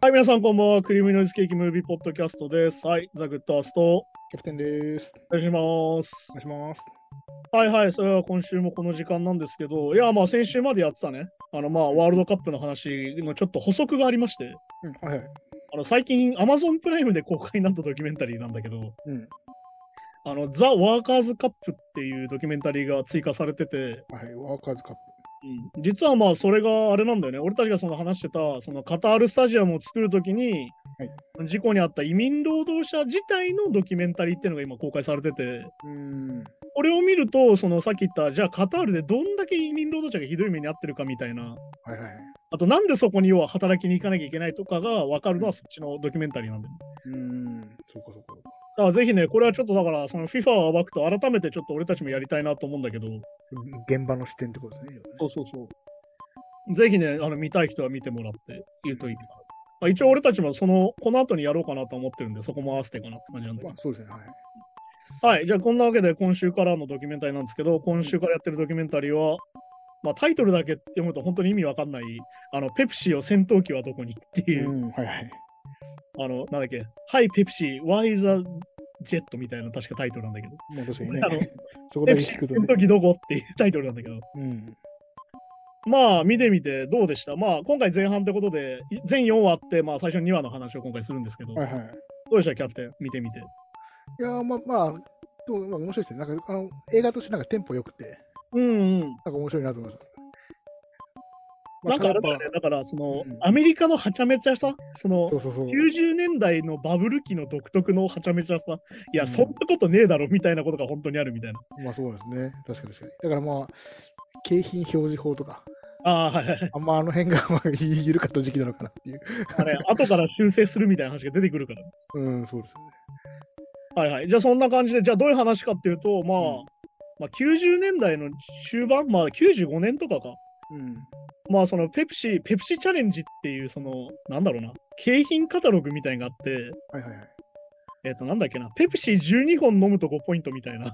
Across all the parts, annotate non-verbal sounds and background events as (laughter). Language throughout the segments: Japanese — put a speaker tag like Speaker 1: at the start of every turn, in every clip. Speaker 1: はい、皆さんこんばんは。クリームノイズケーキムービーポッドキャストです。はい、ザ・グッドアースト、
Speaker 2: キャプテンです。
Speaker 1: お願いします
Speaker 2: お。願いします。
Speaker 1: はいはい、それは今週もこの時間なんですけど、いや、まあ先週までやってたね、あの、まあワールドカップの話のちょっと補足がありまして、
Speaker 2: うん、はいはい。
Speaker 1: あの、最近 Amazon プライムで公開になったドキュメンタリーなんだけど、
Speaker 2: うん、
Speaker 1: あの、ザ・ワーカーズ・カップっていうドキュメンタリーが追加されてて、
Speaker 2: はい。ワーカーズカッ
Speaker 1: 実はまあそれがあれなんだよね俺たちがその話してたそのカタールスタジアムを作るときに、事故に遭った移民労働者自体のドキュメンタリーっていうのが今公開されてて
Speaker 2: プ。うん。
Speaker 1: これを見るとそのさっき言ったじゃあカタールでどんだけ移民労働者がひどい目に遭ってるかみたいな
Speaker 2: はいはい。
Speaker 1: あとなんでそこに要は働きに行かなきゃいけないとかが分かるのはそっちのドキュメンタリーなんだよね。
Speaker 2: うん。そうかそうか。
Speaker 1: だからぜひねこれはちょっとだからその FIFA を暴くと改めてちょっと俺たちもやりたいなと思うんだけど
Speaker 2: 現場の視点ってことですね。
Speaker 1: そうそうそう。ぜひね、あの見たい人は見てもらって言うといいかな。まあ、一応俺たちもその、この後にやろうかなと思ってるんで、そこも合わせてかなって感じなんで
Speaker 2: まあ。そうですね。はい。
Speaker 1: はい、じゃあこんなわけで今週からのドキュメンタリーなんですけど、今週からやってるドキュメンタリーは、まあ、タイトルだけ読むと本当に意味わかんない、あの、ペプシーを戦闘機はどこにっていうう、
Speaker 2: ん、はいはい。
Speaker 1: あの、なんだっけ、はい、ペプシー、Why the Jet みたいな確かタイトルなんだけど、
Speaker 2: まあ確かに
Speaker 1: あの
Speaker 2: ね。そこ
Speaker 1: ペ
Speaker 2: だ
Speaker 1: プ
Speaker 2: け
Speaker 1: シ
Speaker 2: 聞
Speaker 1: ー
Speaker 2: くと
Speaker 1: 戦
Speaker 2: ね。
Speaker 1: 闘機どこっていうタイトルなんだけど、
Speaker 2: うん。
Speaker 1: まあ見てみてどうでしたまあ今回前半ってことでい全4話あってまあ最初の2話の話を今回するんですけど、
Speaker 2: はいはい。
Speaker 1: どうでしたキャプテン見てみて。
Speaker 2: いやー、まあまあ、どうまあ面白いですね。なんかあの映画としてなんかテンポ良くて、
Speaker 1: うんうん。
Speaker 2: なんか面白いなと思います。ま
Speaker 1: なんかあれだ
Speaker 2: や
Speaker 1: よ
Speaker 2: っ
Speaker 1: ね、だからその、
Speaker 2: うん
Speaker 1: アメリカのはちゃめちゃさ、そ
Speaker 2: ぱ
Speaker 1: の
Speaker 2: そうそうそう。
Speaker 1: 90年代のバブル期の独特のはちゃめちゃさ、いや、
Speaker 2: うん
Speaker 1: そんなことねえだろみたいなことが本当にあるみたいな。
Speaker 2: まあそうですね。確かに確かに。だからまあ、景品表示法とか、
Speaker 1: ああ、は
Speaker 2: (laughs)
Speaker 1: いはい。
Speaker 2: あんまあの辺がまあ緩かった時期なのかなっていう。
Speaker 1: あれ、後から修正するみたいな話が出てくるから。
Speaker 2: うん、そうですよね。
Speaker 1: はいはい。じゃあそんな感じで、じゃあどういう話かっていうと、まあ、
Speaker 2: うん
Speaker 1: まあ、90年代の終盤、まあ95年とかか。
Speaker 2: うん。
Speaker 1: まあそのペプシ、ペプシチャレンジっていうその、なんだろうな、景品カタログみたいなのがあって、
Speaker 2: はいはいはい。
Speaker 1: えっ、となんだっけな、ペプシ12本飲むと5ポイントみたいな。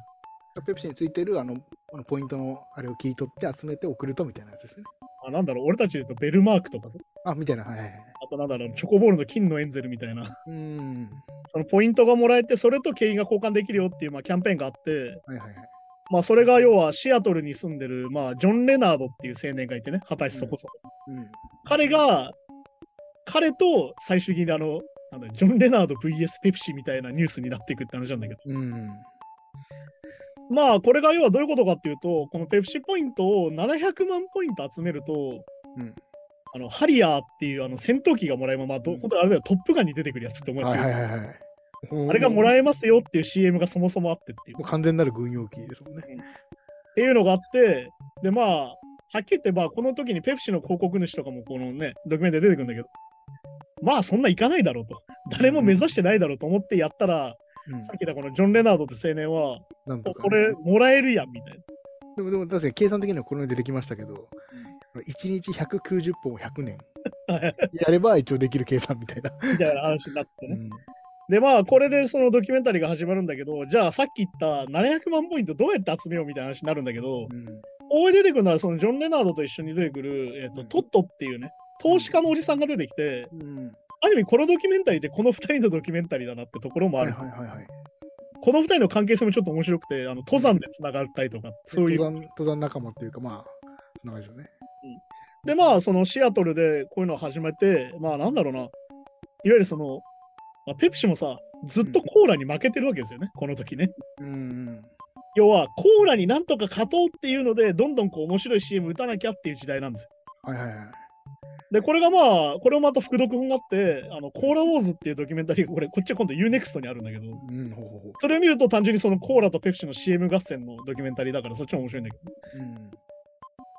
Speaker 2: ペプシについてるあのあのポイントのあれを切り取って集めて送るとみたいなやつですね。
Speaker 1: あなんだろう、俺たちで言うとベルマークとかさ、
Speaker 2: あ、みたいな。はいはいはい。
Speaker 1: あとなんだろう、チョコボールの金のエンゼルみたいな、
Speaker 2: うーん。
Speaker 1: そのポイントがもらえて、それと景品が交換できるよっていう、まあ、キャンペーンがあって、
Speaker 2: はいはいはい。
Speaker 1: まあそれが要はシアトルに住んでる、まあジョン・レナードっていう青年がいてね、果たしてそこそこ。
Speaker 2: うん。
Speaker 1: 彼が、彼と最終的にあの、なんだろうジョン・レナード VS ペプシみたいなニュースになっていくって話なんだけど。
Speaker 2: うん。
Speaker 1: まあこれが要はどういうことかっていうとこのペプシポイントを700万ポイント集めると、
Speaker 2: うん
Speaker 1: あのハリアーっていうあの戦闘機がもらえままあど
Speaker 2: うん
Speaker 1: 本当にあれだよトップガンに出てくるやつって思って
Speaker 2: はい
Speaker 1: る、
Speaker 2: はいはいはい。
Speaker 1: あれがもら
Speaker 2: え
Speaker 1: えますよっていう CM がそもそもあってっていう
Speaker 2: もう完全なる軍用機ですもんね。
Speaker 1: っていうのがあってでまあはっきり言ってまあこの時にペプシの広告主とかもこのねドキュメントで出てくるんだけどまあそんないかないだろうと誰も目指してないだろうと思ってやったら、
Speaker 2: うん
Speaker 1: さっき言ったこのジョン・レナードって青年は、
Speaker 2: なんとか、
Speaker 1: これもらえるやんみたいな。
Speaker 2: でもでも確かに計算的にはこのように出てきましたけど、1日190本を100年やれば一応できる計算みたいな。
Speaker 1: (laughs) みたいな話になってね
Speaker 2: う。ん
Speaker 1: でまあこれでそのドキュメンタリーが始まるんだけどじゃあさっき言った700万ポイントどうやって集めようみたいな話になるんだけど、
Speaker 2: うん
Speaker 1: ここに出てくるのはそのジョン・レナードと一緒に出てくる、えっと
Speaker 2: うん
Speaker 1: トットっていうね投資家のおじさんが出てきて、
Speaker 2: うん。
Speaker 1: ある意味このドキュメンタリーってこの2人のドキュメンタリーだなってところもあ
Speaker 2: はい
Speaker 1: る、
Speaker 2: はいはいはい。
Speaker 1: この2人の関係性もちょっと面白くてあの登山でつながったりとか、そういう
Speaker 2: 登山登山仲間っていうかまあ、そんな感じですよね。
Speaker 1: でまあそのシアトルでこういうのを始めてまあなんだろうないわゆるその、まあペプシもさずっとコーラに負けてるわけですよね、この時ね
Speaker 2: うん。
Speaker 1: 要はコーラになんとか勝とうっていうのでどんどんこう面白い CM 打たなきゃっていう時代なんですよ。
Speaker 2: はいはいはい。
Speaker 1: でこれがまあこれもまた副読本があってあのコーラウォーズっていうドキュメンタリーがこれこっちは今度 UNEXT にあるんだけど
Speaker 2: うん、ほうほうほう。
Speaker 1: それを見ると単純にそのコーラとペプシの CM 合戦のドキュメンタリーだからそっちも面白いんだけど
Speaker 2: うん。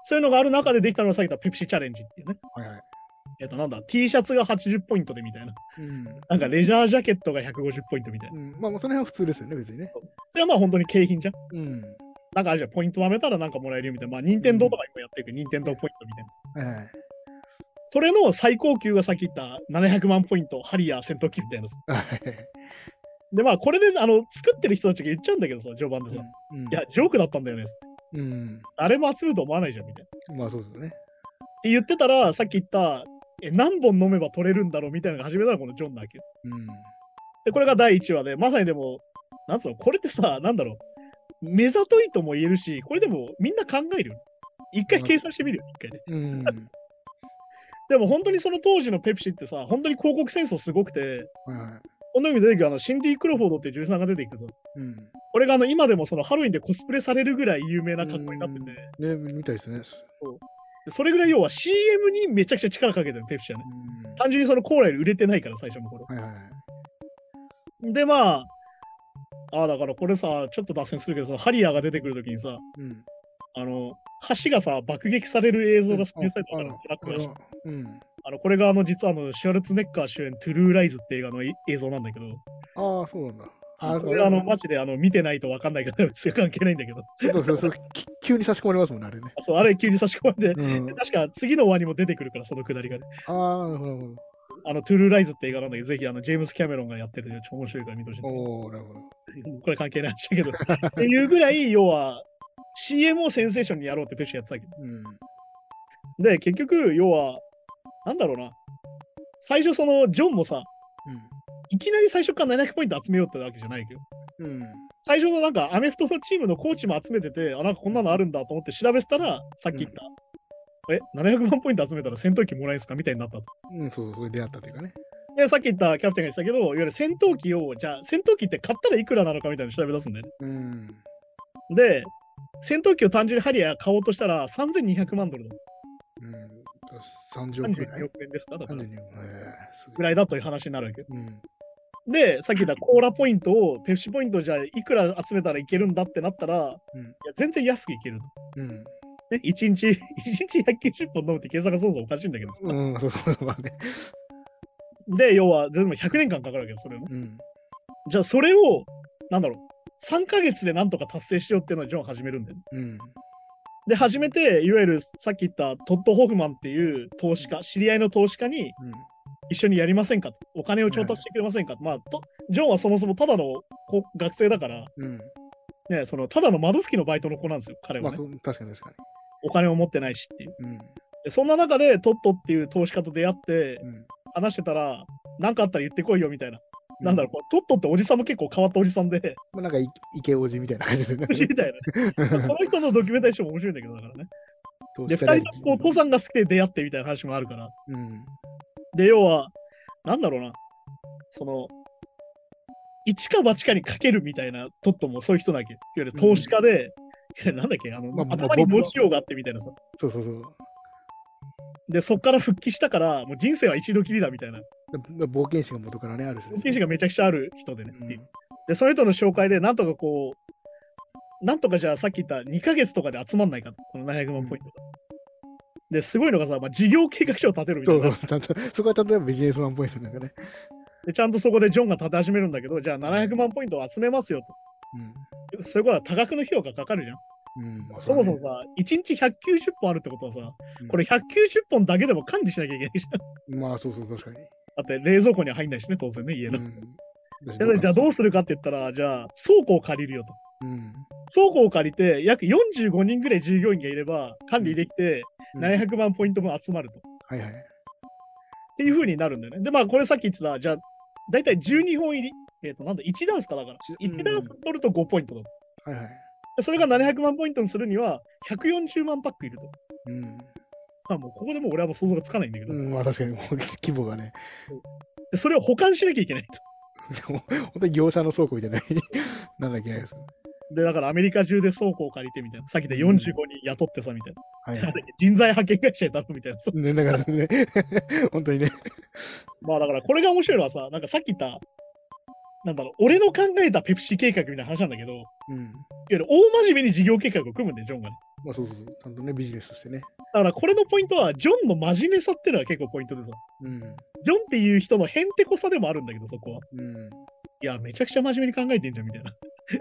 Speaker 1: そういうのがある中でできたのがさっき言ったペプシチャレンジっていうね
Speaker 2: はいはい。
Speaker 1: えっとなんだ T シャツが80ポイントでみたいな
Speaker 2: うん。
Speaker 1: なんかレジャージャケットが150ポイントみたい
Speaker 2: う
Speaker 1: な
Speaker 2: ん、まあ、まあその辺は普通ですよね、別にね。
Speaker 1: それはまあ本当に景品じゃん
Speaker 2: うん。
Speaker 1: なんかあれじゃんポイント貯めたらなんかもらえるよみたいなまあ任天堂とか今やってるけど任天堂ポイントみたいな
Speaker 2: はいはい。
Speaker 1: それの最高級がさっき言った700万ポイント、ハリアー戦闘機みたいなやつ。
Speaker 2: はい
Speaker 1: で、まあ、これで、あの、作ってる人たちが言っちゃうんだけどさ、序盤でさ、い
Speaker 2: うん。
Speaker 1: や、ジョークだったんだよね、つって
Speaker 2: うん。
Speaker 1: 誰も集めると思わないじゃん、みたいな。っ
Speaker 2: まあ、そうですよね。
Speaker 1: て言ってたら、さっき言った、え、何本飲めば取れるんだろうみたいなのが始めたのがこのジョン・ナーキュ
Speaker 2: うん。
Speaker 1: で、これが第1話で、まさにでも、なんつうの、これってさ、なんだろう。目ざといとも言えるし、これでもみんな考えるよ。一回計算してみるよ、一回ね。
Speaker 2: うん。
Speaker 1: でも本当にその当時のペプシってさ、本当に広告戦争すごくて、
Speaker 2: はいはい。
Speaker 1: この意味で出てくるあのシンディ・クロフォードっていう女優さんが出てきてさ、
Speaker 2: うん。
Speaker 1: これがあの今でもそのハロウィンでコスプレされるぐらい有名な格好になってて、
Speaker 2: うんね、みたいですね。
Speaker 1: でそれぐらい要は CM にめちゃくちゃ力かけてるペプシはね。
Speaker 2: う
Speaker 1: 単純にそのコーラより売れてないから、最初の頃。
Speaker 2: ん。はいはい。
Speaker 1: で、まあ、ああ、だからこれさ、ちょっと脱線するけど、そのハリアーが出てくるときにさ、
Speaker 2: うん。
Speaker 1: あの、橋がさ、爆撃される映像がスピンサイトからトラックがして
Speaker 2: うんうん。うん
Speaker 1: あの、これがあの、実はあの、シュワルツェネッカー主演、トゥルーライズって映画のい映像なんだけど、
Speaker 2: ああ、そうなんだ。あ
Speaker 1: これあの、マジであの、見てないとわかんないから、 (laughs) 別に関係ないんだけど、
Speaker 2: そうそうそう。き急に差し込まれますもんね、あれね。
Speaker 1: そう、あれ急に差し込まれて、 (laughs)
Speaker 2: うん。
Speaker 1: 確か次の輪にも出てくるから、そのくだりがね。
Speaker 2: ああ、なるほどなる
Speaker 1: あの、トゥルーライズって映画なんだけど、ぜひあの、ジェームス・キャメロンがやってる超面白いから見てほしい。
Speaker 2: ほど。おおなるほど。
Speaker 1: これ関係ない話だけど。っていうぐらい、要は、CM をセンセーションにやろうってペプシやってたけど。
Speaker 2: うん。
Speaker 1: で、結局、要は、なんだろうな。最初、その、ジョンもさ、いきなり最初から700ポイント集めようってわけじゃないけど、
Speaker 2: うん。うん。
Speaker 1: 最初のなんか、アメフトのチームのコーチも集めてて、あ、なんかこんなのあるんだと思って調べてたら、さっき言った、え、700万ポイント集めたら戦闘機もらえるんすかみたいになったと。
Speaker 2: うん、そうそう、それ出会ったというかね。
Speaker 1: で、さっき言ったキャプテンが言ってたけど、いわゆる戦闘機を、じゃあ、戦闘機って買ったらいくらなのかみたいなの調べ出すんだよね。
Speaker 2: うん。
Speaker 1: で、戦闘機を単純にハリアー買おうとしたら3200万ドルだ。
Speaker 2: うん。30億ぐら
Speaker 1: 32
Speaker 2: い。
Speaker 1: 億円ですかだから。
Speaker 2: 32億。ええす
Speaker 1: ぐ
Speaker 2: ごい。
Speaker 1: らいだという話になるわけよ。
Speaker 2: うん。
Speaker 1: で、さっき言ったコーラポイントを、ペプシポイントをじゃあいくら集めたらいけるんだってなったら、
Speaker 2: うん
Speaker 1: いや全然安くいけると。
Speaker 2: うん。
Speaker 1: ね、1日、1日190本飲むって計算がそもそもおかしいんだけどさ
Speaker 2: うん、そうそうそう、まあね。
Speaker 1: で、要は、でも100年間かかるわけよ、それをね。
Speaker 2: うん。
Speaker 1: じゃあそれを、なんだろう、3ヶ月でなんとか達成しようっていうのをジョン始めるんだよね。
Speaker 2: うん。
Speaker 1: で、初めて、いわゆるさっき言ったトッド・ホフマンっていう投資家、知り合いの投資家に、
Speaker 2: うん。
Speaker 1: 一緒にやりませんかとお金を調達してくれませんかと、まあと、ジョンはそもそもただのこ学生だから、
Speaker 2: うん。
Speaker 1: ね、そのただの窓拭きのバイトの子なんですよ、彼
Speaker 2: ま
Speaker 1: は、
Speaker 2: あ、
Speaker 1: ね
Speaker 2: そう確かに確か
Speaker 1: お金を持ってないしっていう。
Speaker 2: に。うん。
Speaker 1: でそんな中で、トットっていう投資家と出会って、
Speaker 2: うん。
Speaker 1: 話してたら、何かあったら言ってこいよみたいな。なんだろう、こうトットっておじさんも結構変わったおじさんで、
Speaker 2: う。まあ、なんかい、池王子みたいな感じですよね。
Speaker 1: (laughs) みたいな。この人のドキュメンタリーショーも面白いんだけど、だからね。
Speaker 2: (laughs) 投
Speaker 1: で、
Speaker 2: 資
Speaker 1: 二
Speaker 2: 家
Speaker 1: 人
Speaker 2: だ
Speaker 1: と
Speaker 2: よね
Speaker 1: もお父さんが好きで出会ってみたいな話もあるから。
Speaker 2: うん。
Speaker 1: で、要は、なんだろうな、その、一か八かにかけるみたいなトットもそういう人なわけ。いわゆる投資家で、いやなんだっけ、あの、
Speaker 2: まあまあ
Speaker 1: 頭に持ちようがあってみたいなさ。
Speaker 2: そうそうそう。
Speaker 1: で、そっから復帰したから、もう人生は一度きりだみたいな。
Speaker 2: で冒険心が元からね、ある人
Speaker 1: 冒
Speaker 2: です
Speaker 1: 険
Speaker 2: よね
Speaker 1: 心がめちゃくちゃある人でね。
Speaker 2: うん
Speaker 1: で、その人の紹介で、なんとかこう、なんとかじゃあさっき言った2ヶ月とかで集まんないかと、この700万ポイントが。で、すごいのがさ、まあ、事業計画書を立てるみた
Speaker 2: そ
Speaker 1: いう
Speaker 2: そ
Speaker 1: な
Speaker 2: う。ちゃんと (laughs) そこは例えばビジネスマンっぽいですよね。なんかね
Speaker 1: で。ちゃんとそこでジョンが立て始めるんだけど、じゃあ700万ポイントを集めますよと。そういうことは多額の費用がかかるじゃん。
Speaker 2: うん。うん。まあ
Speaker 1: そもそも、さ、1日190本あるってことはさ、これ190本だけでも管理しなきゃいけないじゃん。
Speaker 2: うねまあ、そうそう、確かに。
Speaker 1: だって冷蔵庫には入んないしね、当然ね、家の。 (laughs)
Speaker 2: う
Speaker 1: でじゃあどう
Speaker 2: す
Speaker 1: するかって言ったら、じゃあ倉庫を借りるよと。
Speaker 2: うん。
Speaker 1: 倉庫を借りて、約45人ぐらい従業員がいれば管理できて、
Speaker 2: うんはい
Speaker 1: 700万ポイントも集まると。っ
Speaker 2: はい。
Speaker 1: ていう風になるんだよね。で、まあこれさっき言ってた、じゃあ大体12本入り。えっ、と、なんだ、1ダンスかだから。
Speaker 2: うん
Speaker 1: 1ダンス取ると5ポイントだと。
Speaker 2: はいはい。
Speaker 1: でそれが700万ポイントにするには、140万パックいると。
Speaker 2: うん。
Speaker 1: まあもうここでもう俺はもう想像がつかないんだけど。
Speaker 2: うん、まあ確かに、もう (laughs) 規模がね、
Speaker 1: でそれを保管しなきゃいけない
Speaker 2: 本当に業者の倉庫みたいな、 (laughs) なんだっけないです。
Speaker 1: と。で、だからアメリカ中で倉庫を借りてみたいな。さっきで
Speaker 2: うん
Speaker 1: 45人雇ってさ、みたいな。
Speaker 2: はいはい。
Speaker 1: 人材派遣会社になるみたいなさ。
Speaker 2: ね、だからね、 (laughs) 本当にね。
Speaker 1: まあだからこれが面白いのはさ、なんかさっき言った、なんだろう、俺の考えたペプシ計画みたいな話なんだけど、いわ
Speaker 2: うん。
Speaker 1: ゆる大真面目に事業計画を組むんだよ、ジョンがね。
Speaker 2: まあそうそうそう。ちゃんとね、ビジネスとしてね。
Speaker 1: だからこれのポイントは、ジョンの真面目さっていうのは結構ポイントでさ。
Speaker 2: うん。
Speaker 1: ジョンっていう人のへんてこさでもあるんだけど、そこは。
Speaker 2: うん。
Speaker 1: いや、めちゃくちゃ真面目に考えてんじゃん、みたいな。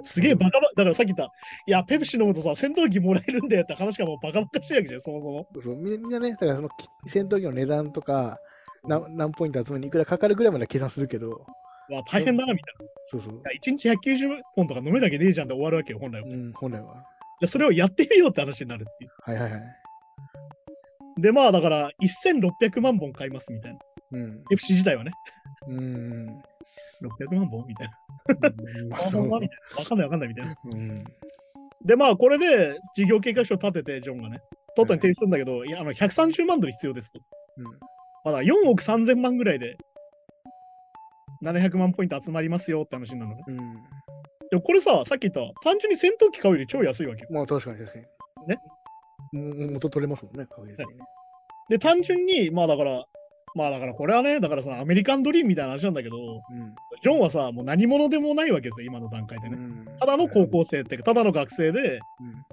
Speaker 1: すげえバカバカ、だからさっき言った、いや、ペプシ飲むとさ、戦闘機もらえるんだよって話がもうバカバカしいわけじゃん、そもそも。
Speaker 2: そうそうみんなみんなね、だからそのき戦闘機の値段とか、な
Speaker 1: ま
Speaker 2: 何ポイント集めにいくらかかるぐらいまでは計算するけど、
Speaker 1: あ、大変だな、みたい
Speaker 2: そうそう。
Speaker 1: な。1日190本とか飲めなきゃねえじゃんで終わるわけよ、本来は。
Speaker 2: う
Speaker 1: じ
Speaker 2: ん、本来は。
Speaker 1: ゃあそれをやってみようって話になるっていう。
Speaker 2: はいはいはい。
Speaker 1: で、まあだから1600万本買いますみたいな。
Speaker 2: うん。
Speaker 1: FC 自体はね。
Speaker 2: うん。うん
Speaker 1: 600万本みたいな。
Speaker 2: まあ
Speaker 1: (laughs) あ
Speaker 2: そ
Speaker 1: ほん
Speaker 2: う
Speaker 1: まみたいな。わかんないわかんないみたいな。
Speaker 2: うん。
Speaker 1: で、まあこれで事業計画書を立てて、ジョンがね。とうとうに提出するんだけど、いや、あの、130万ドル必要ですと。
Speaker 2: うん
Speaker 1: まあだから4億3000万ぐらいで、700万ポイント集まりますよって話なのね。
Speaker 2: うん。
Speaker 1: でもこれさ、さっき言った、単純に戦闘機買うより超安いわけよ。
Speaker 2: まあ確かに確かに。
Speaker 1: ね
Speaker 2: もう元取れますもんね、確実にね。
Speaker 1: で、単純に、まあだから、まあだからこれはね、だからさ、アメリカンドリームみたいな話なんだけど、ジョンはさ、もう何者でもないわけですよ、今の段階で
Speaker 2: う
Speaker 1: ね。
Speaker 2: ん。
Speaker 1: ただの高校生っていうか、ただの学生で、
Speaker 2: う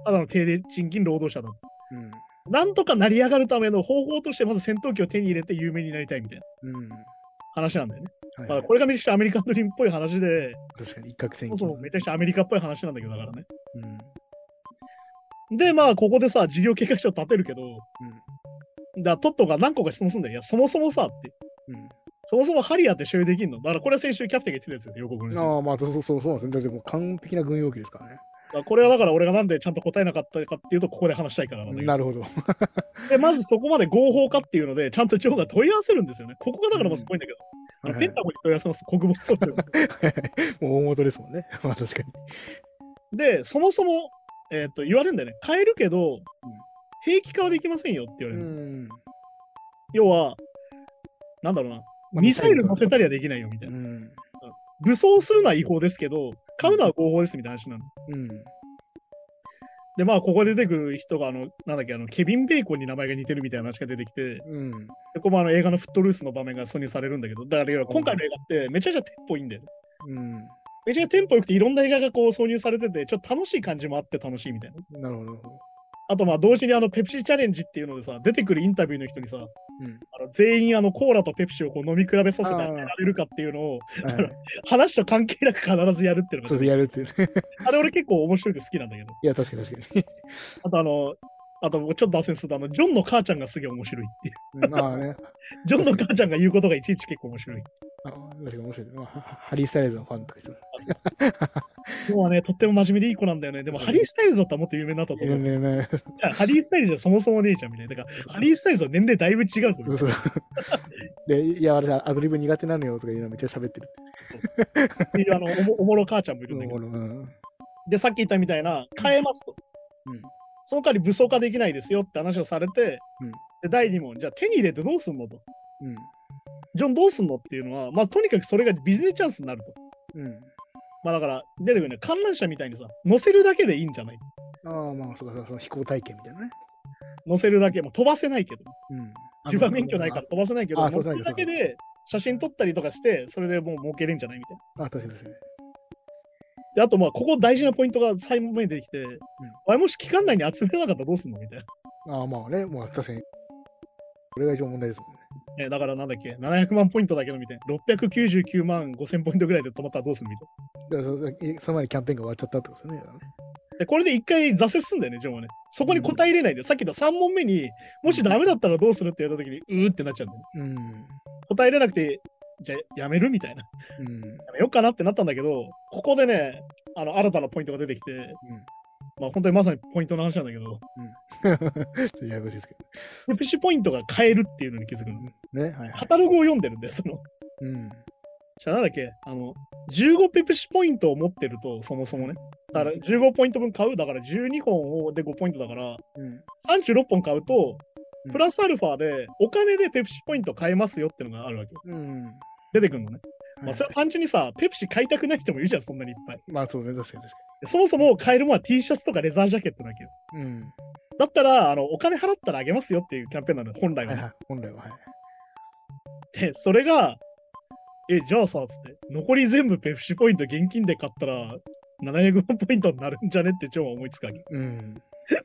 Speaker 1: ただの低賃金労働者だ。
Speaker 2: ん。うん。
Speaker 1: なんとか成り上がるための方法として、まず戦闘機を手に入れて有名になりたいみたいな
Speaker 2: うん。
Speaker 1: 話なんだよね。
Speaker 2: はい
Speaker 1: まあ、これがめちゃくちゃアメリカンドリームっぽい話で、
Speaker 2: 確かに一攫千
Speaker 1: そうそ
Speaker 2: 金。
Speaker 1: うめちゃくちゃアメリカっぽい話なんだけど、だからね。
Speaker 2: うん。うん。
Speaker 1: で、まあ、ここでさ、事業計画書を立てるけど、だからトットが何個か質問するんだよ。いや、そもそもさ、って。
Speaker 2: うん。
Speaker 1: そもそもハリアーって所有できんのだからこれは先週キャプテンが言ってたやつですよ、予告のやつだか
Speaker 2: ああ、まあ、そうそうそうそうなんですね。だってもう完璧な軍用機ですからね。
Speaker 1: らこれはだから俺がなんでちゃんと答えなかったかっていうと、ここで話したいからなんだけど
Speaker 2: なるほど。
Speaker 1: で、まずそこまで合法かっていうので、ちゃんとジョーが問い合わせるんですよね。ここがだからもうすごいんだけど、あのペンタゴンに問い合わせます、国防総省に
Speaker 2: (laughs) もう大元ですもんね。まあ確かに。
Speaker 1: で、そもそも、えっと言われるんだよね。買えるけど、兵器化はできませんよって言われる。
Speaker 2: ん。
Speaker 1: 要は、なんだろうな、
Speaker 2: まあ
Speaker 1: ミサイル乗せたりはできないよみたいうな。
Speaker 2: ん。
Speaker 1: 武装するのは違法ですけど、買うのは合法ですみたいな話なの。
Speaker 2: うん。
Speaker 1: で、まあ、ここで出てくる人が、あの、なんだっけ、あの、ケビン・ベーコンに名前が似てるみたいな話が出てきて、
Speaker 2: うん。
Speaker 1: でここもあの映画のフットルースの場面が挿入されるんだけど、だから要は今回の映画ってめちゃくちゃテンポいいんだよね。
Speaker 2: うん。
Speaker 1: めちゃくちゃテンポ良くていろんな映画がこう挿入されてて、ちょっと楽しい感じもあって楽しいみたいな。
Speaker 2: なるほど。
Speaker 1: あとまあ同時にあのペプシチャレンジっていうのでさ、出てくるインタビューの人にさ、
Speaker 2: うん。
Speaker 1: あの全員あのコーラとペプシをこう飲み比べさせて
Speaker 2: あー
Speaker 1: 当てられるかっていうのを、
Speaker 2: はい。
Speaker 1: 話と関係なく必ずやるっていうの
Speaker 2: そ
Speaker 1: が
Speaker 2: う、やるっていうね。
Speaker 1: あれ俺結構面白いで好きなんだけど。
Speaker 2: いや、確かに確かに。 (laughs)
Speaker 1: あとあの、あとちょっと脱線するとあの、ジョンの母ちゃんがすげえ面白いっていう。
Speaker 2: うんまあね。
Speaker 1: ジョンの母ちゃんが言うことがいちいち結構面白い。
Speaker 2: あ確かに面白い。まあ、ハリー・スタイルズのファンとかですよ。
Speaker 1: 今日はね、とっても真面目でいい子なんだよね。でも、
Speaker 2: うん
Speaker 1: ハリー・スタイルズだったらもっと有名になったと
Speaker 2: ね
Speaker 1: 思う。
Speaker 2: ねね。
Speaker 1: いやハリー・スタイルズはそもそもねえじゃんみたいな。だから、ハリー・スタイルズは年齢だいぶ違うぞ。
Speaker 2: そうそう。で、いや、私、アドリブ苦手なのよとかいうのめっちゃ喋ってる。
Speaker 1: っていうあのおもおもろ母ちゃんもいるんだけど。
Speaker 2: うん。
Speaker 1: で、さっき言ったみたいな、変えますと。
Speaker 2: うん
Speaker 1: その代わり武装化できないですよって話をされて、
Speaker 2: うん
Speaker 1: で第2問、じゃあ手に入れてどうすんのと。
Speaker 2: うん。
Speaker 1: ジョンどうすんのっていうのは、まあ、とにかくそれがビジネスチャンスになると。
Speaker 2: うん。
Speaker 1: まあだから、出てくるね、観覧車みたいにさ、乗せるだけでいいんじゃない
Speaker 2: ああ、まあ、そうかそうか、その飛行体験みたいなね。
Speaker 1: 乗せるだけ、もう飛ばせないけど。
Speaker 2: うん。
Speaker 1: 自分は免許ないから。飛ばせないけど、
Speaker 2: あ
Speaker 1: 乗
Speaker 2: そう
Speaker 1: せ
Speaker 2: そう
Speaker 1: るだけで写真撮ったりとかして、それでもう儲けれんじゃないみたいな。
Speaker 2: あ、確かに確かに。
Speaker 1: で、あと、まあ、ここ大事なポイントが最後目に出てきて、お前もし期間内に集めなかったらどうすんのみたいな。
Speaker 2: ああ、まあね、まあ確かに。これが一番問題ですもんね。
Speaker 1: えだからなんだっけ、700万ポイントだけどみたいな。699万5000ポイントぐらいで止まったらどうするみたい
Speaker 2: だからそその前にキャンペーンが終わっちゃったってことですよね。だからね
Speaker 1: な。で、これで一回挫折すんだよね、ジョンはね。そこに答え入れないで、さっき言った3問目に、もしダメだったらどうするって言った時に、うーってなっちゃうんだよね。答え入れなくて、じゃあやめるみたいな。
Speaker 2: うん。うん。
Speaker 1: やめようかなってなったんだけど、ここでね、あの、新たなポイントが出てきて、まあ本当にまさにポイントの話なんだけど、
Speaker 2: うん。ややこしいですけど。
Speaker 1: プシポイントが変えるっていうのに気づくの。
Speaker 2: ね、はいは
Speaker 1: カ
Speaker 2: い。
Speaker 1: タログを読んでるんで、その、
Speaker 2: うん。
Speaker 1: じゃあなんだっけ、あの、15ペプシポイントを持ってると、そもそもね。だから15ポイント分買う、だから12本をで5ポイントだから、
Speaker 2: うん。
Speaker 1: 36本買うと
Speaker 2: う、ん
Speaker 1: プラスアルファでお金でペプシポイント買えますよってのがあるわけ。
Speaker 2: うん。
Speaker 1: 出てくるのね。
Speaker 2: は
Speaker 1: まあ
Speaker 2: い
Speaker 1: それは単純にさ、ペプシ買いたくない人もいるじゃん、そんなにいっぱい。
Speaker 2: まあそうね、確かに確か
Speaker 1: そもそも買えるものは T シャツとかレザージャケットだけど。
Speaker 2: に。うん。
Speaker 1: だったら、あの、お金払ったらあげますよっていうキャンペーンなのよ、本来
Speaker 2: は
Speaker 1: はいね
Speaker 2: は。い。本来は、はい。
Speaker 1: で、それが、え、じゃあさ、つって、残り全部ペプシポイント現金で買ったら、700万ポイントになるんじゃねってジョンは思いつくわけ。
Speaker 2: うん。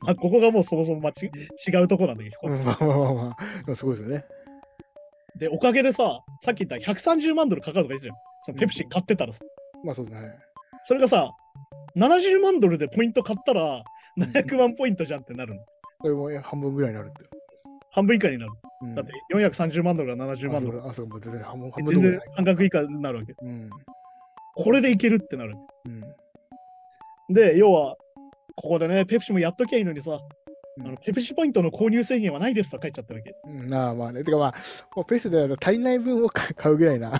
Speaker 1: まあ、ここがもうそもそも間違違うとこなんだけど、
Speaker 2: うんまあまあまあまあ。でもすごいですよね。
Speaker 1: で、おかげでさ、さっき言った130万ドルかかるとか言ってたじゃん。そのペプシ買ってたらさ、
Speaker 2: まあそうですね。はい
Speaker 1: それがさ、70万ドルでポイント買ったら、700万ポイントじゃんってなるの。
Speaker 2: それもえ半分ぐらいになるって。
Speaker 1: 半分以下になる。
Speaker 2: うん
Speaker 1: だって、430万ドルが70万ドル。
Speaker 2: あ、そうか、もう全然半分半分どころじ
Speaker 1: 全然
Speaker 2: ゃない。
Speaker 1: 半額以下になるわけ。
Speaker 2: うん。
Speaker 1: これでいけるってなる。
Speaker 2: うん。
Speaker 1: で、要は、ここでね、ペプシもやっときゃいいのにさ、
Speaker 2: うん
Speaker 1: あのペプシポイントの購入制限はないですとは書いちゃったわけ。
Speaker 2: うん、ああまあね。てかまあ、もうペースで足りない分を買買うぐらいな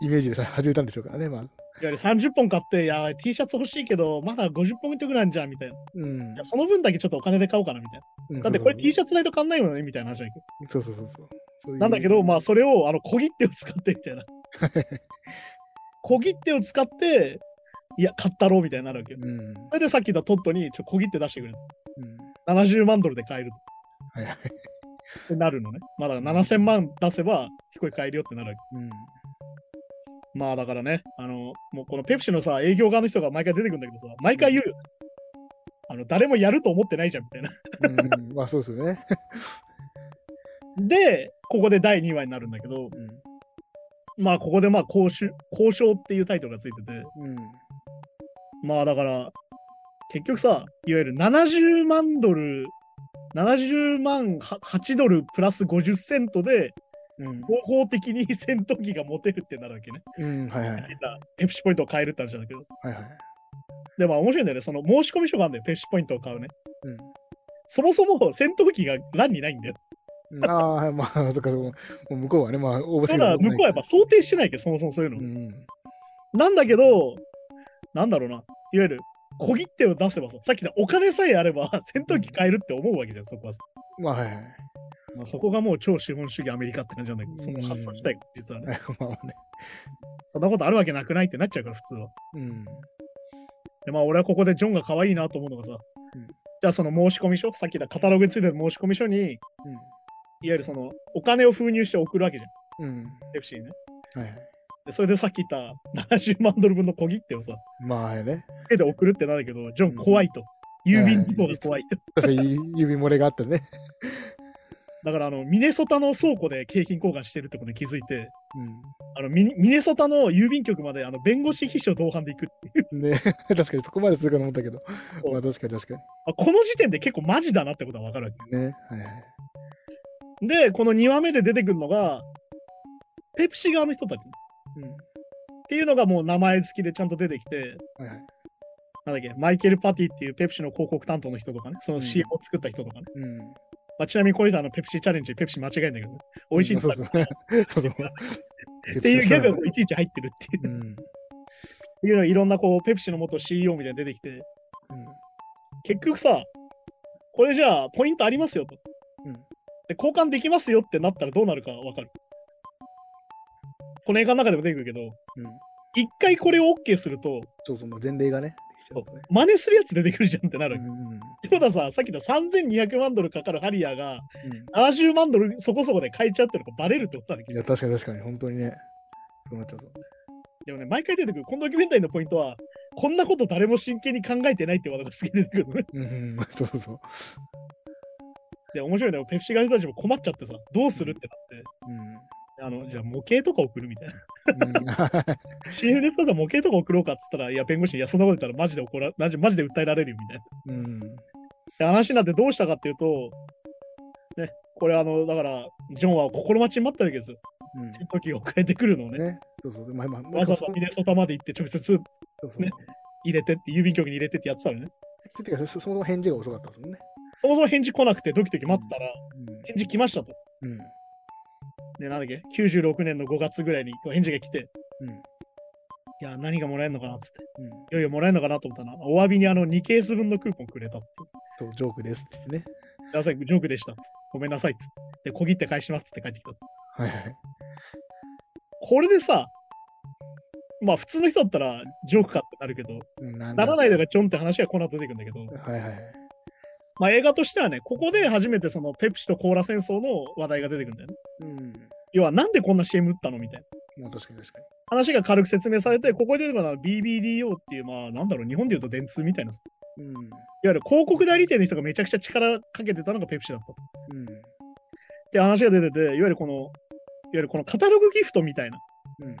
Speaker 2: イメージで始めたんでしょうからね。まあ、
Speaker 1: いわゆる30本買って、いや、T シャツ欲しいけど、まだ50本売ってくなんじゃんみたいな。い
Speaker 2: うん
Speaker 1: や。その分だけちょっとお金で買おうかなみたいな。だってこれ T シャツ代と買んないよねみたいな話だけど
Speaker 2: そうそうそうそう。そういう
Speaker 1: なんだけど、まあ、それをあの小切手を使ってみた
Speaker 2: (laughs)
Speaker 1: いな。小切手を使って、いや、買ったろうみたいになるわけよ。
Speaker 2: うん。うん。
Speaker 1: それでさっき言ったトットに、ちょ、小切手出してくれと。70万ドルで買える
Speaker 2: はいはい。
Speaker 1: ってなるのね。まあ、だから7000万出せば、飛行機買えるよってなるわけ。
Speaker 2: うん。
Speaker 1: まあだからね、あの、もうこのペプシのさ、営業側の人が毎回出てくるんだけどさ、毎回言うよ。あの、誰もやると思ってないじゃんみたいな。
Speaker 2: うん、まあそうですよね。
Speaker 1: で、ここで第2話になるんだけど、
Speaker 2: うん。
Speaker 1: まあここでまあ交渉、交渉っていうタイトルがついてて、
Speaker 2: うん。
Speaker 1: まあだから、結局さ、いわゆる70万ドル、70万8ドルプラス50セントで、
Speaker 2: うん。
Speaker 1: 合法的に戦闘機が持てるってなるわけね。
Speaker 2: うん。はいはい。
Speaker 1: 変なペプシポイントを買えるって話なんだけど。
Speaker 2: はいはい。
Speaker 1: でも面白いんだよね。その申し込み書があるんだよ、ペプシポイントを買うね。
Speaker 2: うん。
Speaker 1: そもそも戦闘機が欄にないんだよ。
Speaker 2: うんああ、はいまあ、そっか、もう向こうはね、まあ、応募
Speaker 1: ただ、向こうはやっぱ想定してないけど、そもそもそういうの。
Speaker 2: うん。
Speaker 1: なんだけど、なんだろうな、いわゆる小切手を出せばさ、さっきのお金さえあれば (laughs) 戦闘機買えるって思うわけじゃん、そこはさ。
Speaker 2: まあ、はいはい。
Speaker 1: まあ、そこがもう超資本主義アメリカって感じなんだけど、その発想自体が実はね、
Speaker 2: まあね。
Speaker 1: そんなことあるわけなくないってなっちゃうから、普通は。
Speaker 2: うん。
Speaker 1: で、まあ、俺はここでジョンが可愛いなと思うのがさ、
Speaker 2: うん
Speaker 1: じゃあその申し込み書、さっき言ったカタログについてる申し込み書に、いわゆるそのお金を封入して送るわけじゃん、
Speaker 2: うん。うん。
Speaker 1: ペプシにね。
Speaker 2: はいはい。
Speaker 1: でそれでさっき言った70万ドル分の小切手をさ、
Speaker 2: まあ、はいね。
Speaker 1: 手で送るってなんだけど、ジョン
Speaker 2: うん
Speaker 1: 怖いと。郵便事項が怖い。
Speaker 2: 確かに指漏れがあったね。
Speaker 1: だからあの、ミネソタの倉庫で景品交換してるってことに気づいて、
Speaker 2: うん。
Speaker 1: あのミニミネソタの郵便局まであの弁護士秘書同伴で行くっていう、
Speaker 2: ね確かにそこまでするかと思ったけど
Speaker 1: そう。
Speaker 2: まあ確かに確か
Speaker 1: あこの時点で結構マジだなってことは分かるわ
Speaker 2: に。ね。はいはい。
Speaker 1: け。で、この2話目で出てくるのが、ペプシ側の人たちっ
Speaker 2: うん。
Speaker 1: ていうのがもう名前付きでちゃんと出てきて、
Speaker 2: はいはい。
Speaker 1: なんだっけ、マイケル・パティっていうペプシの広告担当の人とかね、その CM を作った人とかね。
Speaker 2: うん。
Speaker 1: まあ、ちなみにこういう人はあのペプシチャレンジ、ペプシ間違いないんだけど、ね、美味しい
Speaker 2: うん
Speaker 1: って
Speaker 2: そう
Speaker 1: 言っ
Speaker 2: そう。そう
Speaker 1: た
Speaker 2: そう。
Speaker 1: っていうギャグがこういちいち入ってるっていう
Speaker 2: う。ん。
Speaker 1: っていうのいろんなこうペプシの元 CEO みたいなの出てきて、結局さ、これじゃあポイントありますよと。
Speaker 2: うん
Speaker 1: で交換できますよってなったらどうなるかわかる。この映画の中でも出てくるけど、
Speaker 2: うん。うん。
Speaker 1: 一回これを OK すると、
Speaker 2: そうそう。もう前例がね。できちゃったね
Speaker 1: 真似するやつ出てくるじゃんってな
Speaker 2: う
Speaker 1: る。
Speaker 2: んうんうん。
Speaker 1: ってことはさ、さっきの3200万ドルかかるハリアーが
Speaker 2: うん
Speaker 1: 70万ドルそこそこで買えちゃうってのがバレるってことなんだけ
Speaker 2: い
Speaker 1: ど。
Speaker 2: や、確かに確かに、本当にね。そうなっちゃうと。
Speaker 1: でもね、毎回出てくる、このドキュメンタリーのポイントは、こんなこと誰も真剣に考えてないってワードがすげえ出てくるのね。
Speaker 2: うん、うんそうそうそう。
Speaker 1: で、面白いね。ペプシガ人たちも困っちゃってさ、どうするってなって。
Speaker 2: うん。
Speaker 1: あの、じゃあ模型とか送るみたいな。
Speaker 2: う
Speaker 1: (laughs)
Speaker 2: ん
Speaker 1: CM で使った模型とか送ろうかっつったら、いや、弁護士に、いや、そんなこと言ったらマジで怒ら、マジマジで訴えられるよみたい
Speaker 2: う
Speaker 1: な。
Speaker 2: ん。
Speaker 1: で、話になってどうしたかっていうと、ね、これあの、だから、ジョンは心待ちに待ってるわけですよ。
Speaker 2: うん
Speaker 1: 戦闘機を変えてくるのをね。
Speaker 2: ね。そうそう。でまあまあ、
Speaker 1: わざわざ
Speaker 2: そう
Speaker 1: ミネソタまで行って直接
Speaker 2: そうそう
Speaker 1: ね入れてって、郵便局に入れてってやってたのね。
Speaker 2: てかそそもそも返事が遅かったですもんね。
Speaker 1: そもそも返事来なくてドキドキ待ってたら、返事来ましたと。
Speaker 2: うん。うん。
Speaker 1: で、なんだっけ、96年の5月ぐらいに返事が来て、
Speaker 2: うん
Speaker 1: いや、何がもらえるのかなっつって。
Speaker 2: うん。
Speaker 1: いよいよもらえるのかなと思ったら、お詫びにあの2ケース分のクーポンくれたって。
Speaker 2: そう、ジョークですって言ってね。
Speaker 1: すいません、ジョークでした。ごめんなさいっつって。で、小切手返しますって帰ってきた。
Speaker 2: はいはい。
Speaker 1: これでさ、まあ普通の人だったらジョークかってなるけど、
Speaker 2: うんな。
Speaker 1: ならないいのがちょんって話がこの後出てくるんだけど、
Speaker 2: はいはい。
Speaker 1: まあ映画としてはね、ここで初めてそのペプシとコーラ戦争の話題が出てくるんだよね。
Speaker 2: うん。
Speaker 1: 要はなんでこんな CM 打ったのみたいな。
Speaker 2: まあ確かに確かに。
Speaker 1: 話が軽く説明されて、ここで出てくるのは BBDO っていう、まあなんだろう、日本で言うと電通みたいな。い
Speaker 2: うん。
Speaker 1: わゆる広告代理店の人がめちゃくちゃ力かけてたのがペプシだった。
Speaker 2: うん。
Speaker 1: って話が出てて、いわゆるこの、いわゆるこのカタログギフトみたいな
Speaker 2: うん。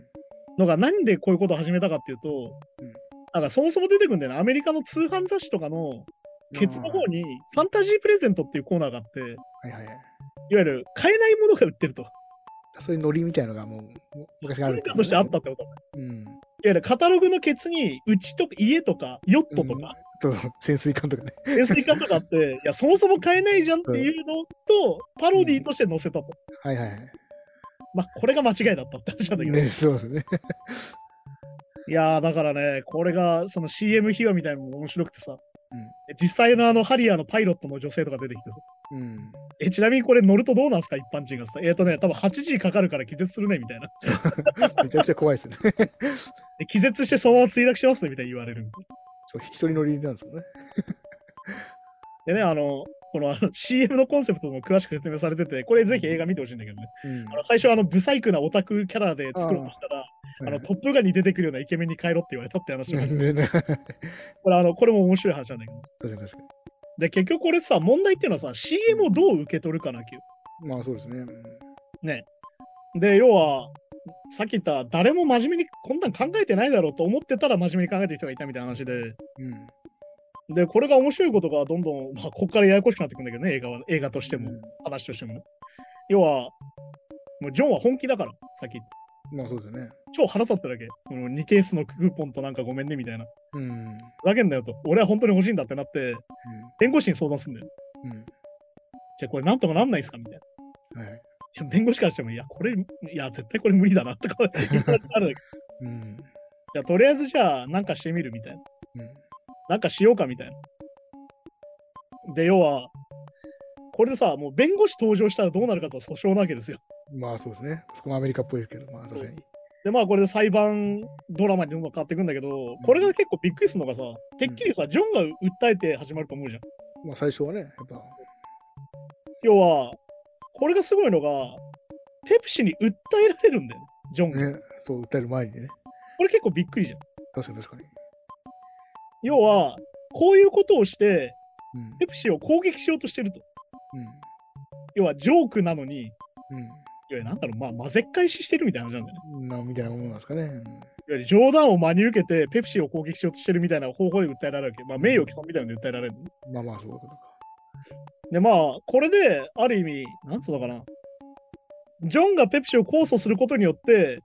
Speaker 1: のが、なんでこういうことを始めたかっていうと、
Speaker 2: うん
Speaker 1: なんかそもそも出てくるんだよね、アメリカの通販雑誌とかの (laughs) ケツの方に、ファンタジープレゼントっていうコーナーがあって、いわ
Speaker 2: はいはいはい。
Speaker 1: ゆる買えないものが売ってると。
Speaker 2: そういうノリみたいのがもうもう昔からある
Speaker 1: 文
Speaker 2: てい
Speaker 1: 化
Speaker 2: うね
Speaker 1: としてあったってこと。いわ
Speaker 2: うん。
Speaker 1: ゆるカタログのケツに、うちとか家とか、ヨットとか、
Speaker 2: と潜水艦とかね。
Speaker 1: 潜水艦とかあ
Speaker 2: (laughs)
Speaker 1: って、いや、そもそも買えないじゃんっていうのと、パロディーとして載せたと。
Speaker 2: はいはい
Speaker 1: (laughs)
Speaker 2: はい。
Speaker 1: まあ、これが間違いだったって話なんだけど。
Speaker 2: ね、そうですね。
Speaker 1: いやー、だからね、これが、その CM 秘話みたいなのも面白くてさ。実際のあのハリアーのパイロットの女性とか出てきてさ。
Speaker 2: うん。
Speaker 1: え、ちなみにこれ乗るとどうなんすか一般人がさ。えっ、とね、多分8時かかるから気絶するね、みたいな。 (laughs)
Speaker 2: めちゃくちゃ怖いですね。 (laughs)
Speaker 1: で気絶してそのまま墜落しますね、みたいに言われる。
Speaker 2: そう一人乗りなんですよね。
Speaker 1: でね、あの、このあの CM のコンセプトも詳しく説明されてて、これぜひ映画見てほしいんだけどね。
Speaker 2: うん
Speaker 1: あの最初、あの、ブサイクなオタクキャラで作ろうとしたら、あの、トップガンに出てくるようなイケメンに帰ろうって言われたって話もある
Speaker 2: ねね (laughs) 確か
Speaker 1: (laughs) これ、あの、これも面白い話なんだけど。
Speaker 2: に確か
Speaker 1: で、結局これさ、問題っていうのはさ、CM をどう受け取るかな、きゅ
Speaker 2: に。まあそうですね。うん
Speaker 1: で、要は、さっき言った、誰も真面目にこんなん考えてないだろうと思ってたら真面目に考えてる人がいたみたいな話で、
Speaker 2: うん。
Speaker 1: で、これが面白いことがどんどん、まあ、ここからややこしくなってくるんだけどね、映画は、映画としても、
Speaker 2: う
Speaker 1: 話としてもね。要は、もうジョンは本気だから、さっき言った。
Speaker 2: んまあそうですよね。
Speaker 1: 超腹立っただけ。この2ケースのクーポンとなんかごめんね、みたいな。
Speaker 2: うん。うん。
Speaker 1: ふざけんなよと。俺は本当に欲しいんだってなって、弁護士に相談すんだよ。
Speaker 2: うん。
Speaker 1: じゃあこれなんとかなんないですかみたいな。
Speaker 2: はい。
Speaker 1: いや弁護士からしても、いや、これ、いや、絶対これ無理だな、とか (laughs) 言ったらあるんだけど
Speaker 2: うん。
Speaker 1: いや、とりあえずじゃあ、なんかしてみるみたいな。
Speaker 2: うん。
Speaker 1: なんかしようかみたいな。で、要は、これでさ、もう弁護士登場したらどうなるかと訴訟なわけですよ。
Speaker 2: まあそうですね。そこもアメリカっぽいですけど、まあ確かに。
Speaker 1: で、まあ、これで裁判ドラマにどんどん変わっていくんだけど、これが結構びっくりするのがさ、てっきりさ、ジョンが訴えて始まると思うじゃん。
Speaker 2: まあ最初はね、やっぱ。
Speaker 1: 要は、これがすごいのが、ペプシに訴えられるんだよね、ジョンが。
Speaker 2: ね、そう、訴える前にね。
Speaker 1: これ結構びっくりじゃん。
Speaker 2: 確かに確かに。
Speaker 1: 要は、こういうことをして、
Speaker 2: うん。
Speaker 1: ペプシを攻撃しようとしてると。
Speaker 2: う
Speaker 1: 要は、ジョークなの
Speaker 2: ん。
Speaker 1: に、いや、なんだろう、まあ、混ぜっ返ししてるみたいな話なんだよね。
Speaker 2: うん。なみたいなものなんですかね。
Speaker 1: いわゆる冗談を真に受けて、ペプシを攻撃しようとしてるみたいな方法で訴えられるわけ。まあ、名誉毀損みたいなので訴えられるのね。
Speaker 2: うんまあまあそういうことか。
Speaker 1: で、まあ、これで、ある意味、なんつうのかな。ジョンがペプシを控訴することによって、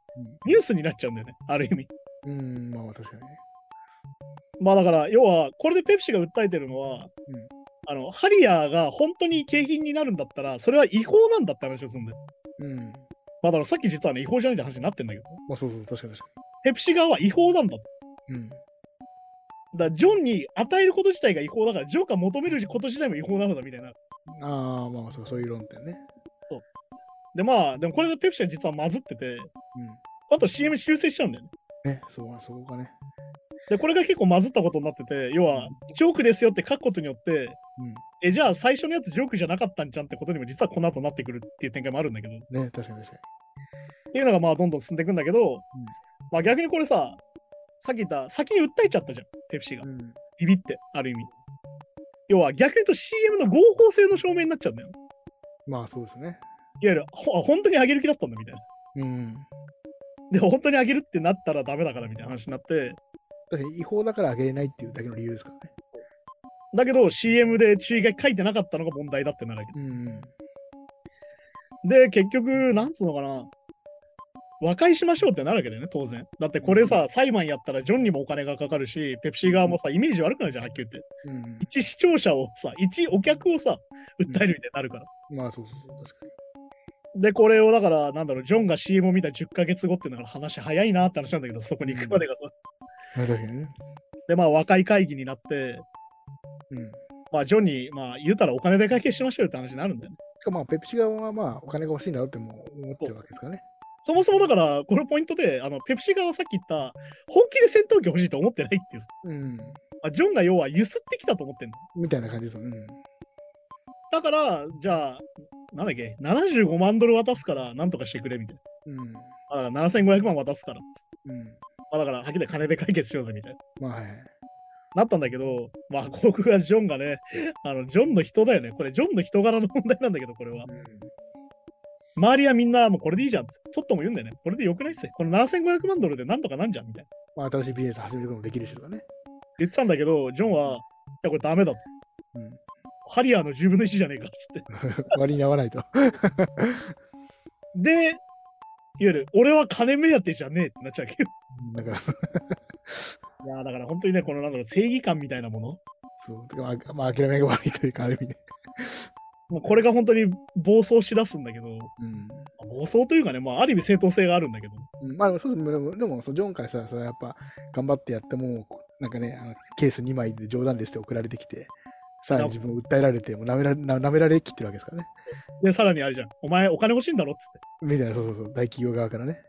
Speaker 1: ニュースになっちゃうんだよね、ある意味。
Speaker 2: うん。うん、まあまあ確かにね。
Speaker 1: まあ、だから、要は、これでペプシが訴えてるのは、
Speaker 2: うん
Speaker 1: あの、ハリアーが本当に景品になるんだったら、それは違法なんだって話をするんだよ。
Speaker 2: うん。
Speaker 1: まあ、だからさっき実はね、違法じゃないって話になってんだけど、
Speaker 2: まあそうそう、確かに確か
Speaker 1: ペプシ側は違法なんだと
Speaker 2: に。うん。
Speaker 1: だからジョンに与えること自体が違法だから、ジョーが求めること自体も違法なのだみたいな。
Speaker 2: ああ、まあそうそういう論点ね。
Speaker 1: で、まあ、でもこれでペプシは実はまずってて、あと CM 修正しちゃうんだよね。
Speaker 2: うん。ね、そう、そこがね。
Speaker 1: で、これが結構まずったことになってて、要は、ジョークですよって書くことによって、え、じゃあ最初のやつジョークじゃなかったんじゃんってことにも実はこの後なってくるっていう展開もあるんだけど、っ
Speaker 2: うん。ね、確かに確か
Speaker 1: ていうのがまあどんどん進んでいくんだけど、まあ逆にこれさ、さっき言った、先に訴えちゃったじゃん、ペプシが
Speaker 2: に。。うん。
Speaker 1: ビビって、ある意味。要は逆に言うと CM の合法性の証明になっちゃうんだよ。
Speaker 2: まあそうですね。
Speaker 1: いわゆる、ほあ本当に上げる気だったんだみたいな。
Speaker 2: うん。
Speaker 1: で、本当にあげるってなったらダメだからみたいな話になって、
Speaker 2: 確かに違法だからあげれないっていうだけの理由ですからね。
Speaker 1: だけど CM で注意が書いてなかったのが問題だってなるわけ
Speaker 2: うん。
Speaker 1: で、結局、なんつうのかな、和解しましょうってなるわけだよね、当然。だってこれさ、裁判やったらジョンにもお金がかかるし、ペプシ側もさ、イメージ悪くなるじゃん、はっきり言って。
Speaker 2: うん。
Speaker 1: 一視聴者をさ、一お客をさ、訴えるみたいになるから。
Speaker 2: まあそうそうそう、確かに。
Speaker 1: で、これをだから、なんだろう、ジョンが CM を見た10ヶ月後っていうのが話早いなって話なんだけど、そこに行くまでがさ。
Speaker 2: まあ確かにね。
Speaker 1: で、まあ、和解会議になって、
Speaker 2: うん。
Speaker 1: まあ、ジョンに、まあ、言うたらお金で解決しましょうよって話になるんだよね。
Speaker 2: しかもまあペプシ側はまあお金が欲しいんだろうってもう思ってるわけですからね。
Speaker 1: そもそもだから、このポイントで、あのペプシ側はさっき言った、本気で戦闘機欲しいと思ってないっていう。
Speaker 2: うん。
Speaker 1: まあ、ジョンが要はゆすってきたと思ってんの。
Speaker 2: みたいな感じですよね。
Speaker 1: だから、じゃあ、なんだっけ、75万ドル渡すから、なんとかしてくれみたい
Speaker 2: うん。うん。
Speaker 1: な。だから7500万渡すから。
Speaker 2: うん。
Speaker 1: まあ、だから、はっきり言って金で解決しようぜみたいな。
Speaker 2: まあはい。
Speaker 1: なったんだけど、まあ、航空がジョンがね、あの、ジョンの人だよね。これ、ジョンの人柄の問題なんだけど、これは。周りはみんな、もうこれでいいじゃんって。取っても言うんだよね。これでよくないっすよ。この7500万ドルでなんとかなんじゃんみたいな。
Speaker 2: まあ新しいビジネス始めることもできるしとかね。
Speaker 1: 言ってたんだけど、ジョンは、いや、これダメだと。
Speaker 2: うん。
Speaker 1: ハリアーの10分の1じゃねえかっつって。
Speaker 2: 割に合わないと。 (laughs)
Speaker 1: で、いわゆる、俺は金目当てじゃねえってなっちゃうわけど。
Speaker 2: だから、
Speaker 1: いやーだから本当にね、このなんだろう、正義感みたいなもの、
Speaker 2: そう。てかまあ、まあ、諦めが悪いというか、ある意味ね。
Speaker 1: もうこれが本当に暴走しだすんだけど、
Speaker 2: うん。
Speaker 1: 暴走というかね、まあ、ある意味正当性があるんだけど、
Speaker 2: うんまあでもそうですでも、でもそうジョンからしたら、それはやっぱ頑張ってやったもんを、こうなんかね、あのケース2枚で冗談ですって送られてきて、さらに自分を訴えられて、もう舐められ、な舐められきってるわけですからね。
Speaker 1: で、さらにあれじゃん、お前お金欲しいんだろっつって。
Speaker 2: みたいな、そうそうそう、大企業側からね。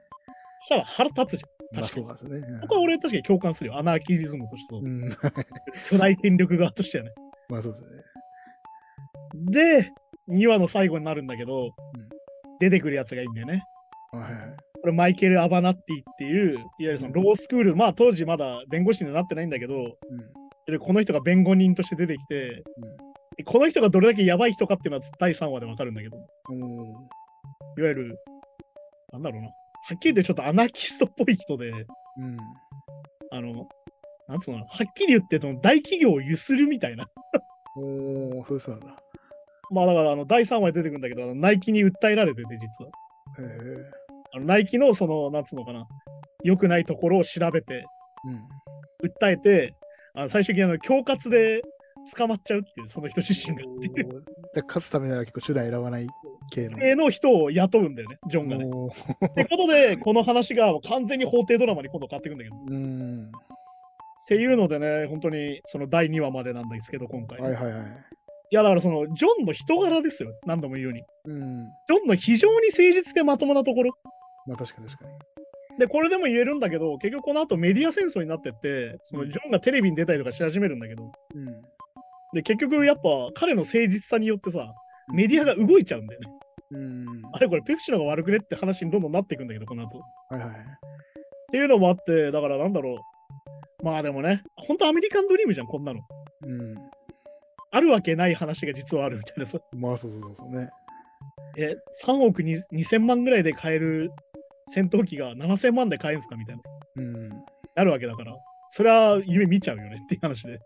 Speaker 1: そしたら腹立つじゃん。
Speaker 2: まあ
Speaker 1: 確か
Speaker 2: そう
Speaker 1: に。
Speaker 2: なんですよね。
Speaker 1: ここは俺確かに共感するよ。アナーキリズムとしてそう
Speaker 2: う。ん。 (laughs) うん
Speaker 1: 巨大権力側としてはね。
Speaker 2: まあそうですよね。
Speaker 1: で、2話の最後になるんだけど、
Speaker 2: ん
Speaker 1: 出てくるやつがいいんだよね。
Speaker 2: あはいはい。
Speaker 1: これマイケル・アバナッティっていう、いわゆるそのロースクール、まあ当時まだ弁護士にはなってないんだけど、
Speaker 2: うん。
Speaker 1: でこの人が弁護人として出てきて
Speaker 2: うん、
Speaker 1: でこの人がどれだけやばい人かっていうのは第3話でわかるんだけど、
Speaker 2: おー
Speaker 1: いわゆる、なんだろうな、はっきり言ってちょっとアナキストっぽい人で、
Speaker 2: うん。
Speaker 1: あの、なんつうのかな、はっきり言ってその大企業をゆするみたいな。 (laughs)
Speaker 2: おー、そうそうなんだ。
Speaker 1: まあだからあの第3話で出てくるんだけど、あのナイキに訴えられてて、実は。
Speaker 2: へえ。
Speaker 1: あのナイキのその、なんつうのかな、良くないところを調べて、
Speaker 2: うん。
Speaker 1: 訴えて、あの最終的にあの恐喝で捕まっちゃうっていう、その人自身が。
Speaker 2: おーだから勝つためなら結構手段選ばない系の。
Speaker 1: 系の人を雇うんだよね、ジョンがね。
Speaker 2: おー
Speaker 1: ってことで、この話が完全に法廷ドラマに今度変わっていくんだけど。っ
Speaker 2: うん。
Speaker 1: ていうのでね、本当にその第2話までなんですけど、今回。
Speaker 2: はい
Speaker 1: い、
Speaker 2: はいはい。
Speaker 1: や、だからその、ジョンの人柄ですよ、何度も言うように。
Speaker 2: うん。
Speaker 1: ジョンの非常に誠実でまともなところ。
Speaker 2: まあ確かに確かに。
Speaker 1: で、これでも言えるんだけど、結局この後メディア戦争になってって、そのジョンがテレビに出たりとかし始めるんだけど、
Speaker 2: うん。
Speaker 1: で、結局やっぱ彼の誠実さによってさ、メディアが動いちゃうんだよね。
Speaker 2: うん。
Speaker 1: (laughs) あれこれペプシの方が悪くねって話にどんどんなっていくんだけど、この後。っ
Speaker 2: はいはい。
Speaker 1: ていうのもあって、だからなんだろう。まあでもね、本当アメリカンドリームじゃん、こんなの。
Speaker 2: うん。
Speaker 1: あるわけない話が実はあるみたいなさ。
Speaker 2: まあそうそうそうそうね。
Speaker 1: え、3億に2000万ぐらいで買える戦闘機が7000万で買えるんすかみたいな。
Speaker 2: うん。
Speaker 1: なるわけだから。それは夢見ちゃうよねっていう話で。い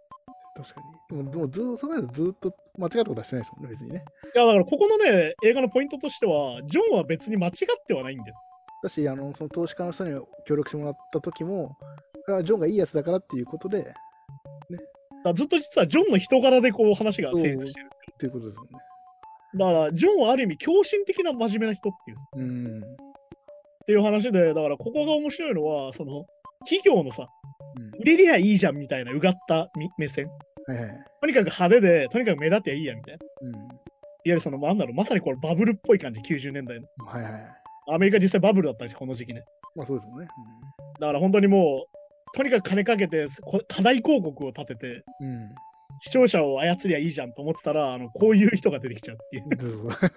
Speaker 2: 確かに。でも、でもずっと、その間ずっと間違ったことはしてないですもんね、別にね。
Speaker 1: や、だからここのね、映画のポイントとしては、ジョンは別に間違ってはないんだよ。
Speaker 2: だし、あの、その投資家の人に協力してもらった時も、これはジョンがいいやつだからっていうことで、
Speaker 1: だからずっと実はジョンの人柄でこう話が成立してる。
Speaker 2: っていうことですもんね。
Speaker 1: だから、ジョンはある意味、狂信的な真面目な人っていう
Speaker 2: うん。
Speaker 1: っていう話で、だからここが面白いのは、その企業のさ、
Speaker 2: うん
Speaker 1: 売れりゃいいじゃんみたいなうがったみ目線。
Speaker 2: はいはい。
Speaker 1: とにかく派手で、とにかく目立っていいやみたいな。いわ
Speaker 2: う
Speaker 1: ゆるその、なんだろう、まさにこれバブルっぽい感じ、90年代の。
Speaker 2: ん。はいはい。
Speaker 1: アメリカ実際バブルだったし、この時期ね。
Speaker 2: まあそうですもんね。
Speaker 1: だから本当にもう、とにかく金かけて、こ課題広告を立てて、
Speaker 2: うん。
Speaker 1: 視聴者を操りゃいいじゃんと思ってたら、あのこういう人が出てきちゃうっていう。
Speaker 2: うん。そうそう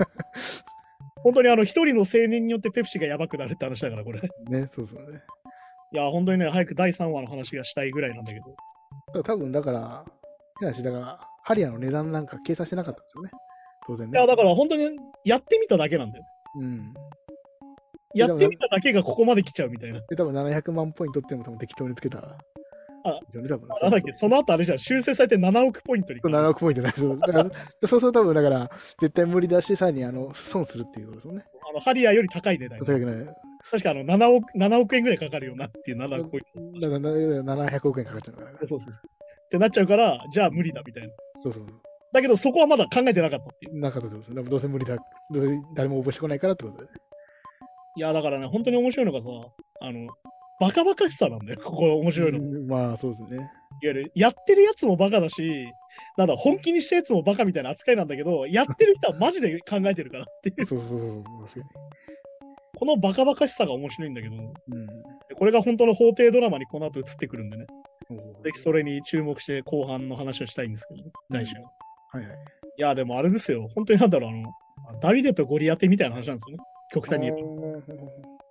Speaker 1: 本当にあの、一人の青年によってペプシがやばくなるって話だから、これ。
Speaker 2: ね、そうそうね。
Speaker 1: いや、本当にね、早く第3話の話がしたいぐらいなんだけど。
Speaker 2: だから多分だから、変な話、だから、ハリアの値段なんか計算してなかったんですよね。当然
Speaker 1: い
Speaker 2: ね。
Speaker 1: や、だから本当にやってみただけなんだよ。
Speaker 2: うん。
Speaker 1: やってみただけがここまで来ちゃうみたいな。
Speaker 2: で、多分700万ポイントっていうのも多分適当につけた。あ、ね、多分
Speaker 1: なんだっけ、その後あれじゃん、修正されて7億ポイントに。
Speaker 2: 7億ポイントない。そうだからそそうすると多分だから、絶対無理だし、さらにあの損するっていうことですよね。
Speaker 1: あのハリアーより高い値段。
Speaker 2: 高くない。
Speaker 1: 確かあの7億 ,7 億円ぐらいかかるよなっていう7億ポイン
Speaker 2: だからな700億円かかっちゃうのから
Speaker 1: ト。。そうそうそう。ってなっちゃうから、じゃあ無理だみたいな。
Speaker 2: そうそう。
Speaker 1: だけどそこはまだ考えてなかったっていう。
Speaker 2: なかったってことですよ。多分どうせ無理だ。どうせ誰も応募してこないからってことで。
Speaker 1: いや、だからね、本当に面白いのがさ、あの、バカバカしさなんだよ、ここ面白いの。いわ
Speaker 2: うんまあそうですね。 (laughs)
Speaker 1: ゆる、やってるやつもバカだし、なんだ、本気にしたやつもバカみたいな扱いなんだけど、やってる人はマジで考えてるからっていう。
Speaker 2: そうそうそう。確か
Speaker 1: このバカバカしさが面白いんだけど、
Speaker 2: に。うん。
Speaker 1: これが本当の法廷ドラマにこの後移ってくるんでね。
Speaker 2: おー
Speaker 1: ぜひそれに注目して後半の話をしたいんですけど、来週。
Speaker 2: うん
Speaker 1: い
Speaker 2: はいはい。
Speaker 1: や、でもあれですよ、本当になんだろう、あの、ダビデとゴリアテみたいな話なんですよね。極端に言えば。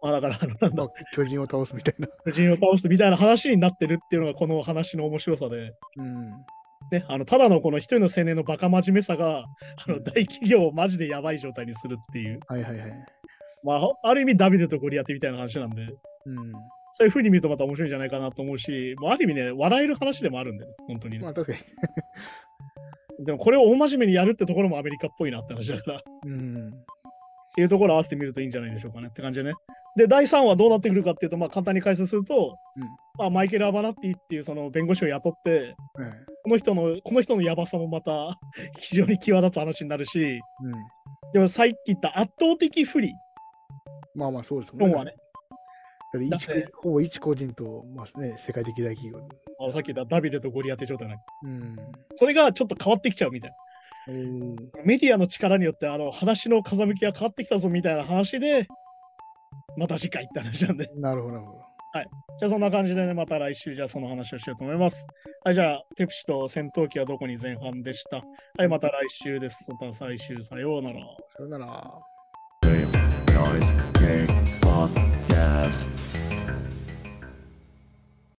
Speaker 1: まあだから、あのなん
Speaker 2: ま
Speaker 1: だ、
Speaker 2: あ、巨人を倒すみたいな。
Speaker 1: 巨人を倒すみたいな話になってるっていうのがこの話の面白さで、
Speaker 2: うん。
Speaker 1: ね、あの、ただのこの一人の青年のバカ真面目さが、あ
Speaker 2: う
Speaker 1: の、
Speaker 2: ん
Speaker 1: 大企業をマジでやばい状態にするっていう、
Speaker 2: はいはいはい。
Speaker 1: まあ、ある意味ダビデとゴリアテみたいな話なんで、
Speaker 2: うん。
Speaker 1: そういう風に見るとまた面白いんじゃないかなと思うし、まあ、ある意味ね、笑える話でもあるんで、ね、本当にね、
Speaker 2: まあ確かに。
Speaker 1: でもこれを大真面目にやるってところも
Speaker 2: (laughs)
Speaker 1: アメリカっぽいなって話だから。
Speaker 2: うん。
Speaker 1: っていうところを合わせてみるといいんじゃないでしょうかねって感じでね。で、第3話どうなってくるかっていうと、まあ、簡単に解説すると、
Speaker 2: うん
Speaker 1: まあ、マイケル・アバナッティっていうその弁護士を雇って、
Speaker 2: はい
Speaker 1: この人の、この人のやばさもまた非常に際立つ話になるし、
Speaker 2: うん、
Speaker 1: でもさっき言った圧倒的不利、
Speaker 2: まあまあそうですもん
Speaker 1: 本はね、
Speaker 2: だって
Speaker 1: だっ
Speaker 2: 一
Speaker 1: て
Speaker 2: ほぼ一個人と、まあね、世界的大企業。
Speaker 1: あのさっき言ったダビデとゴリアテ状態なんだけ
Speaker 2: うん。
Speaker 1: どそれがちょっと変わってきちゃうみたいな。
Speaker 2: おー
Speaker 1: メディアの力によってあの話の風向きが変わってきたぞみたいな話で、また次回って話なんで。
Speaker 2: なるほど、なるほど。
Speaker 1: じゃあそんな感じでね、また来週じゃあその話をしようと思います。はい、じゃあ、ペプシと戦闘機はどこに前半でした。はい、また来週です。また最終さようなら。
Speaker 2: さよなら。
Speaker 3: Game, noise, game, fun.